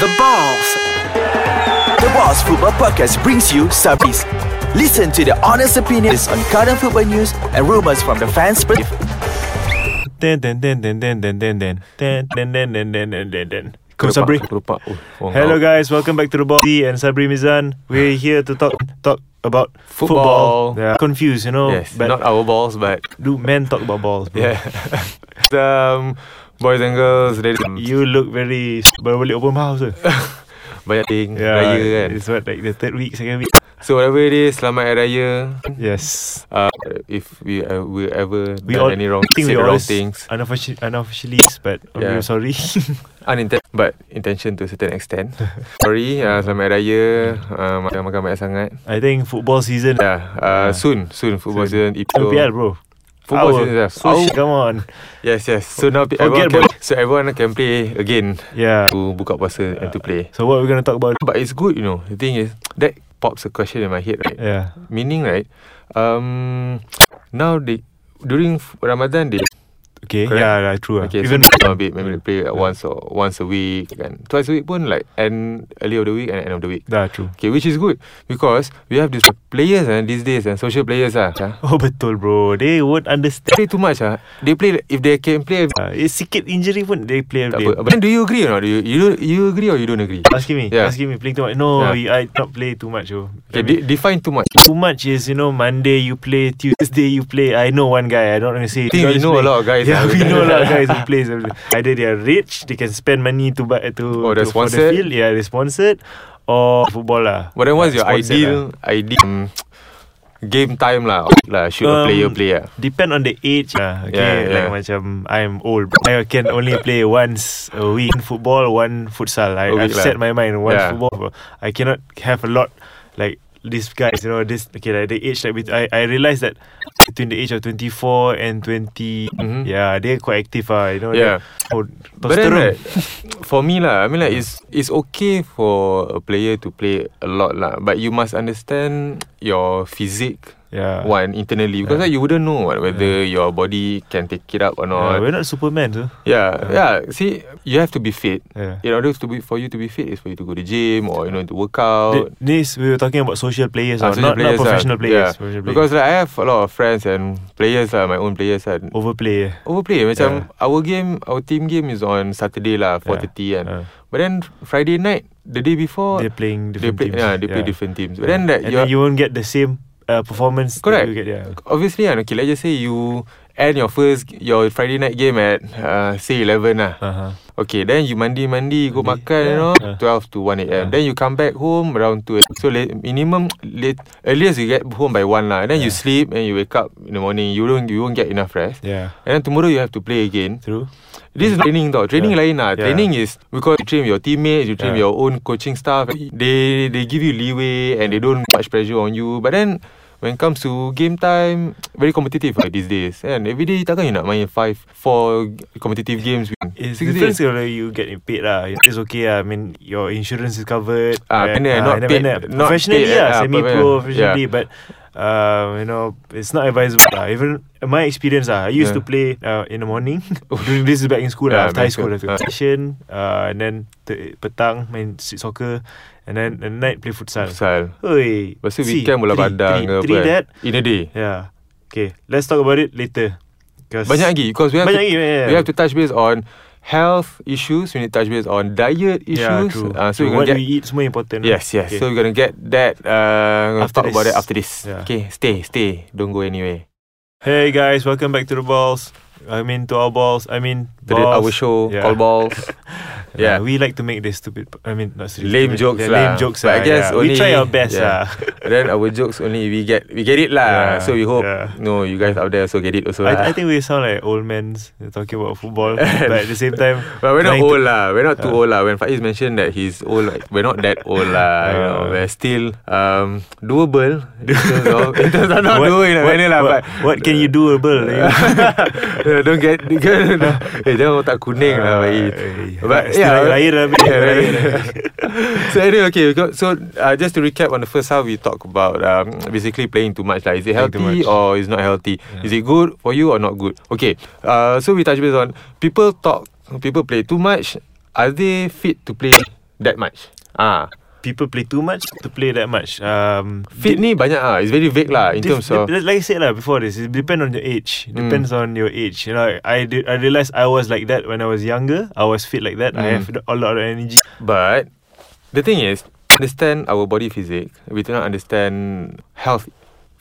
the balls. The Boss Football Podcast brings you Sabris. Listen to the honest opinions on current football news and rumors from the fans' perspective. Ten ten ten ten ten ten ten ten ten ten ten ten ten ten ten ten. Come Sabri. Aku lupa. Oh, oh, Hello oh. guys, welcome back to the Body and Sabri Mizan. We're here to talk talk about football. Football. Yeah. Confused, you know. Yes, but not our balls, but do men talk about balls? Bro? yeah. um, boys and girls, ladies, you You look very s- baru balik open house. Eh? banyak ting Yeah, raya kan. It's what like the third week, second week. So whatever it is, selamat hari raya. Yes. Uh, if we uh, we ever We all done any wrong, I think we said wrong always things, unofficially, unofficially but we're Yeah. sorry. uninten- but intention to a certain extent. Sorry, uh, selamat hari raya. Uh, makan makan banyak sangat. I think football season. Yeah, Yeah. uh, soon, soon football Soon. season. Itu NPL bro. football Our- season. Yeah. so Oh, shit, come on. Yes, yes. So now pe- Forget everyone can, so everyone can play again Yeah. to buka puasa and to play. So what we're gonna talk about? But it's good, you know. The thing is, that pops a question in my head, right? Yeah. Meaning, right? Um, now they during f- Ramadan they Okay. Correct. Yeah, yeah, true. ah. okay Even so they a bit maybe they play like once or once a week and twice a week pun like end early of the week and end of the week. Dah true. Okay, which is good because we have these players and these days and social players ah. ah. Oh betul bro. They won't understand. Play too much ah. They play if they can play Uh, eh, sikit injury pun they play tak every apa. day. But then do you agree or not? Do you you, you agree or you don't agree? Asking me, Yeah. asking me playing too much. No, I Yeah. not play too much. Oh. Okay, de- define too much. too much is you know Monday you play, Tuesday you play. I know one guy. I don't want to say. I think we He's know a playing. lot of guys. Yeah, ah. we know a lot of guys who plays. Either they are rich, they can spend money to buy to, Or Oh, they're to for the sponsored. field. Yeah, they're sponsored. Or football lah. But then what's your Sponsored ah. ideal ideal um, game time lah? lah should a Um, player play ah. Depend on the age lah. Okay, Yeah, like yeah. macam I'm old. I can only play once a week football, one futsal. I, A I've week lah. set my mind one Yeah. football. I cannot have a lot like these guys. You know this. Okay, like the age like with, I I realize that between the age of 24 and 20, Mhm. yeah, they're quite active. Ah, you know. Yeah. they- Oh, But then testosterone. right, for me lah, I mean like it's it's okay for a player to play a lot lah, but you must understand your physique yeah. one internally because like, you wouldn't know what, whether your body can take it up or Yeah, not. we're not Superman, so. Yeah, yeah. See, you have to be fit. Yeah. In order to be for you to be fit is for you to go to gym or you know to work out. Th- This we were talking about social players, or Ah, social not, not players lah. professional players. Yeah. Professional Because players. like, I have a lot of friends and players lah, my own players lah. overplay. Overplay macam our game, our team game is on Saturday lah, 4:30 and Uh, but then Friday night, the day before they're playing they different play, teams. yeah, they play different teams. But then Yeah. that and you, then you won't get the same uh, performance. that Correct. you get, yeah. obviously kan, okay, let's just say you end your first your Friday night game at uh, say 11 lah. Uh-huh. Okay, then you mandi-mandi, go Mandi. makan, you know, Yeah. 12 to 1 a.m. Yeah. Then you come back home around 2 a.m. So, late, minimum, late, earliest you get home by 1 lah. Then you Yeah. sleep and you wake up in the morning. You don't, you won't get enough rest. Yeah. And then tomorrow you have to play again. True. This is not training though. Training Yeah. lain lah. Yeah. Training is because you train your teammates, you train Yeah. your own coaching staff. They they give you leeway and they don't much pressure on you. But then when it comes to game time, very competitive like these days. And every day takkan you nak main five, four competitive games. It's Six different days. whether you get it paid lah. It's okay lah. I mean, your insurance is covered. Ah, and, ah, kena, not and then- paid- and then not Professionally paid, lah, ah, semi-pro yeah. professionally, but um, you know, it's not advisable lah. Even my experience lah, I used Yeah. to play uh, in the morning. During this is back in school Yeah, lah, after back high school. in school. lah. Session, uh, and then te- petang main street soccer, and then at night play futsal. Pasal. Oi. Lepas tu see, weekend bola three- padang ke three- apa. Three kan. that. In a day. Yeah. Okay, let's talk about it later. 'Cause- Banyak lagi because we have Banyak to, lagi, yeah, yeah. we have to touch base on health issues, we need to touch base on diet Yeah, issues. true. Uh, so True. we're what gonna get we eat semua important. Yes, yes. Okay. So we're gonna get that. Uh, After after talk about this. it after this. Yeah. Okay, stay, stay. Don't go anywhere. hey guys, welcome back to the balls. I mean to our balls. I mean To the, balls. our show, Yeah. call balls. Yeah, yeah. we like to make this stupid. I mean not stupid. Lame stupid, jokes yeah, lah. Lame jokes But I lah. guess yeah. we only- try our best yeah. lah. then our jokes only we get we get it Yeah, lah. So we hope yeah. no you guys out there also get it also. lah. I, I think we sound like old men talking about football, but at the same time, But we're not trying to- old lah. We're not too Yeah. old lah. When Faiz mentioned that he's old, like, we're not that old lah. you know, Yeah. we're still um doable. in terms of, in terms of not what, doing what, lah. what, but what can you do about? Yeah, don't get don't, Eh jangan otak kuning Ah, lah eh, Baik But yeah uh, Raya dah habis, Yeah, raya dah raya. So anyway okay we got, So uh, just to recap On the first half We talk about um, Basically playing too much lah. Is it Playing too healthy much. Or is not healthy Is it good For you or not good Okay uh, So we touch base on People talk People play too much Are they fit to play that much. Ah, People play too much to play that much. Um, fit ni banyak ah. It's very vague lah in Dif- terms of Hmm. dep- like I said lah before this, it depends on your age. Depends on your age. You know, I did, I realized I was like that when I was younger. I was fit like that. I Mm. have a lot of energy. But the thing is, understand our body physic. We do not understand health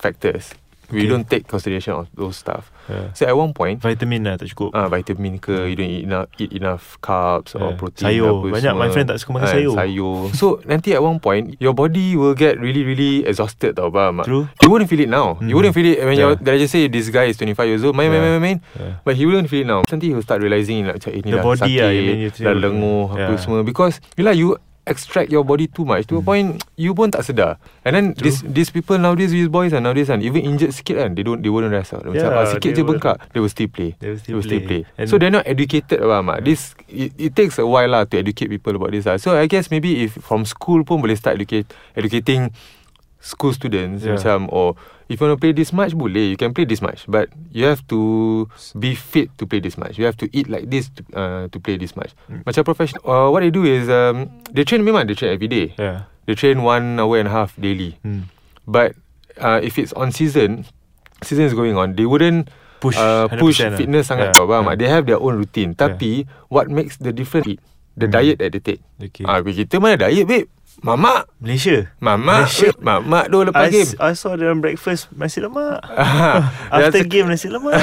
factors. We Okay. don't take consideration of those stuff. Yeah. So at one point, Vitamin lah tak cukup. ah vitamin ke, you don't eat enough, eat enough carbs or Yeah. protein. Sayur. apa Banyak semua. my friend tak suka makan Ah, sayur. Sayur. So nanti at one point, your body will get really really exhausted tau, faham? tak? True. You wouldn't feel it now. Mm. You wouldn't feel it when Yeah. you're, let's just say this guy is 25 years old, main, main, Yeah. main, main. Yeah. But he wouldn't feel it now. Nanti he'll start realising like, macam eh, ni The dah body sakit, lah, you mean you dah feel. lenguh, apa Yeah. Hmm. semua. Because, yelah, you extract your body too much to a point you pun tak sedar and then True. these these people nowadays these boys and nowadays and even injured sikit kan they don't they wouldn't rest out macam Yeah, ah, sikit they je wouldn't. bengkak they will still play They will still play. And- so they're not educated about mak this it, it takes a while lah to educate people about this lah so I guess maybe if from school pun boleh start educate educating school students Yeah. yeah. macam or if you want to play this much boleh you can play this much but you have to be fit to play this much you have to eat like this to, uh, to play this much Hmm. macam professional uh, what they do is um, they train memang they train every day Yeah. they train one hour and a half daily Hmm. but uh, if it's on season season is going on they wouldn't Push, uh, 100% push lah. fitness Yeah. sangat tau faham Yeah. tak? they have their own routine tapi what makes the difference is Ya. the Hmm. diet that they take Okay. ah kita mana diet babe mamak Malaysia. mamak Malaysia. babe. mamak tu I, lepas game Ha, s- I saw them breakfast nasi lemak. Dia After cakap- game nasi lemak.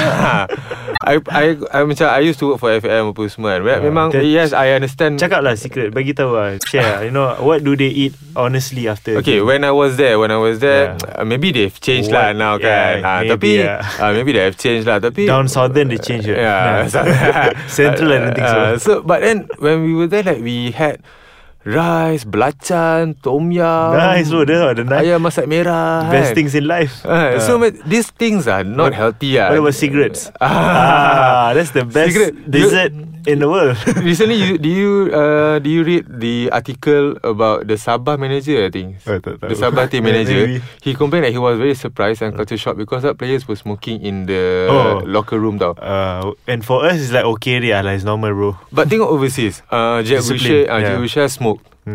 I, I, I macam I used to work for FM apa semua kan. Ah, Memang then- yes I understand Cakap lah secret Bagi tahu lah Share lah. You know What do they eat Honestly after Okay, when I was there, when I was there, Yeah. uh, maybe they've changed Ya. lah What- now yeah, kan. Ah, maybe, tapi yeah. ah, maybe they've changed lah. Tapi Down southern they change it. Yeah, Nah. Central I don't think so. Ah, so, but then when we were there, like we had rice, belacan, tom yum. Nice bro That's what the nice Ayam masak merah. Best kan. things in life Ah, so Ah. but these things are not healthy. ah. What about cigarettes Ah. Ah, That's the best Cigarette. Dessert In the world Recently, you, do you uh, do you read the article about the Sabah manager? I think Oh, tak tahu. the Sabah team manager. Maybe. He complained that he was very surprised and culture shocked because that players were smoking in the Oh. locker room. Tau. uh, And for us It's like okay dia lah It's normal bro But tengok overseas, uh, Jack Discipline, Wilshere, uh, Jack yeah. Wilshere smoke.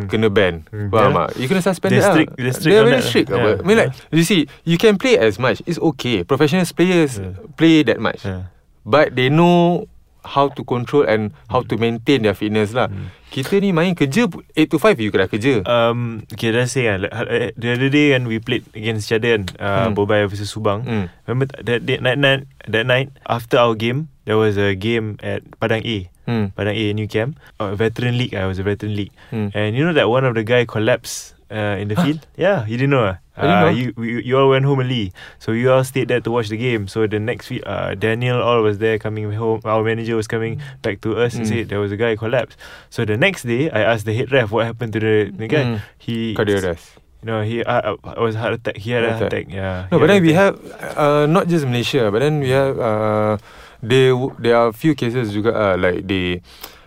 Kena ban Hmm. Yeah. Faham tak You kena suspend They're lah strict- they're strict on very that. strict Yeah. apa. I mean like You see You can play as much It's okay Professional players Yeah. Play that much yeah. But they know How to control And how to maintain Their fitness lah Hmm. Kita ni main kerja 8 to 5 You kena kerja um, Okay let's say kan like, uh, The other day kan We played against each other kan uh, Hmm. Bobai versus Subang Hmm. Remember th- that, that night, night That night After our game There was a game At Padang A Hmm. Padang A New Camp uh, Veteran League I was a Veteran League Hmm. And you know that one of the guy collapsed uh, in the field? Yeah, you didn't know. ah? I didn't Uh, know. You, you, you all went home early. So you all stayed there to watch the game. So the next week, uh, Daniel all was there coming home. Our manager was coming back to us and Mm. said there was a guy collapsed. So the next day, I asked the head ref what happened to the, the guy. Mm. He, Cardio rest you know, he uh, uh, was heart attack. He had a heart Heart attack. Yeah. No he but had then we heart attack. have uh, Not just Malaysia But then we have uh, There w- there are few cases juga uh, Like they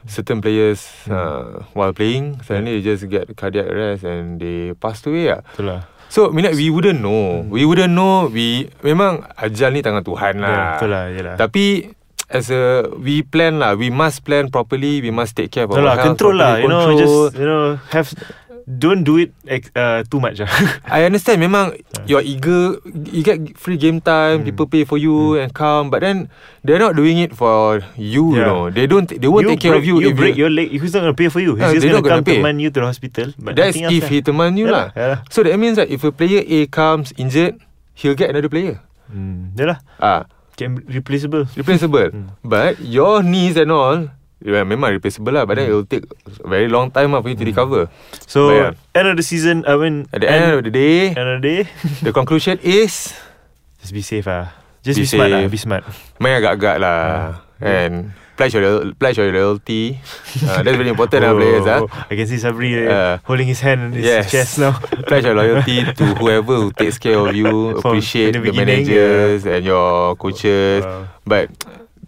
Certain players Hmm. uh, While playing Suddenly they just get Cardiac arrest And they passed away lah Itulah. So minat we wouldn't know Hmm. We wouldn't know We Memang ajal ni tangan Tuhan Yeah, lah itulah, yelah. Tapi As a We plan lah We must plan properly We must take care of Itulah, our health control lah. properly You know, control. just, you know, have, don't do it ex- uh, too much. ah. I understand memang You're eager You get free game Hmm. time People pay for you And come But then They're not doing it for You you Yeah. know They don't They won't take care break, of you You if break your leg Who's not going to pay for you He's Yeah, just they going to not come gonna to pay. man you to the hospital but That's nothing else if lah. he teman you lah Yeah lah, So that means that If a player A comes injured He'll get another player hmm, yeah lah. Ah, Can replaceable Replaceable Hmm. But Your knees and all yeah, Memang replaceable lah But then Hmm. it'll take Very long time lah For you to recover So But End of the season I mean At the end of the day End of the day The conclusion is Just be safe ah. Just be, Be smart lah safe. Be smart Main agak-agak lah Ah, And Pledge your, loyal- pledge your loyalty uh, That's very important Oh. lah players ah. I can see Sabri eh, Uh, Holding his hand On his chest now Pledge your loyalty to whoever who takes care of you. From Appreciate the the beginning, managers and your coaches. Wow. But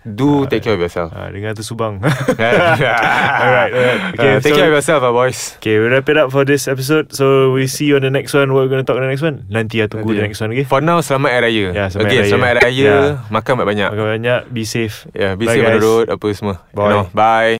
do take care of yourself. ah, Dengar tu subang alright, alright. Okay, take so- care of yourself, ah, boys. Okay we wrap it up for this episode So we see you on the next one What we're going to talk on the next one Nanti lah tunggu Nanti. the next one okay For now, selamat Hari Raya. Yeah, selamat Hari Again, Raya. selamat Hari Raya. Yeah. Makan banyak-banyak. Makan banyak Be safe Yeah, be Bye, safe on the guys. road, apa semua. Bye. You know, bye.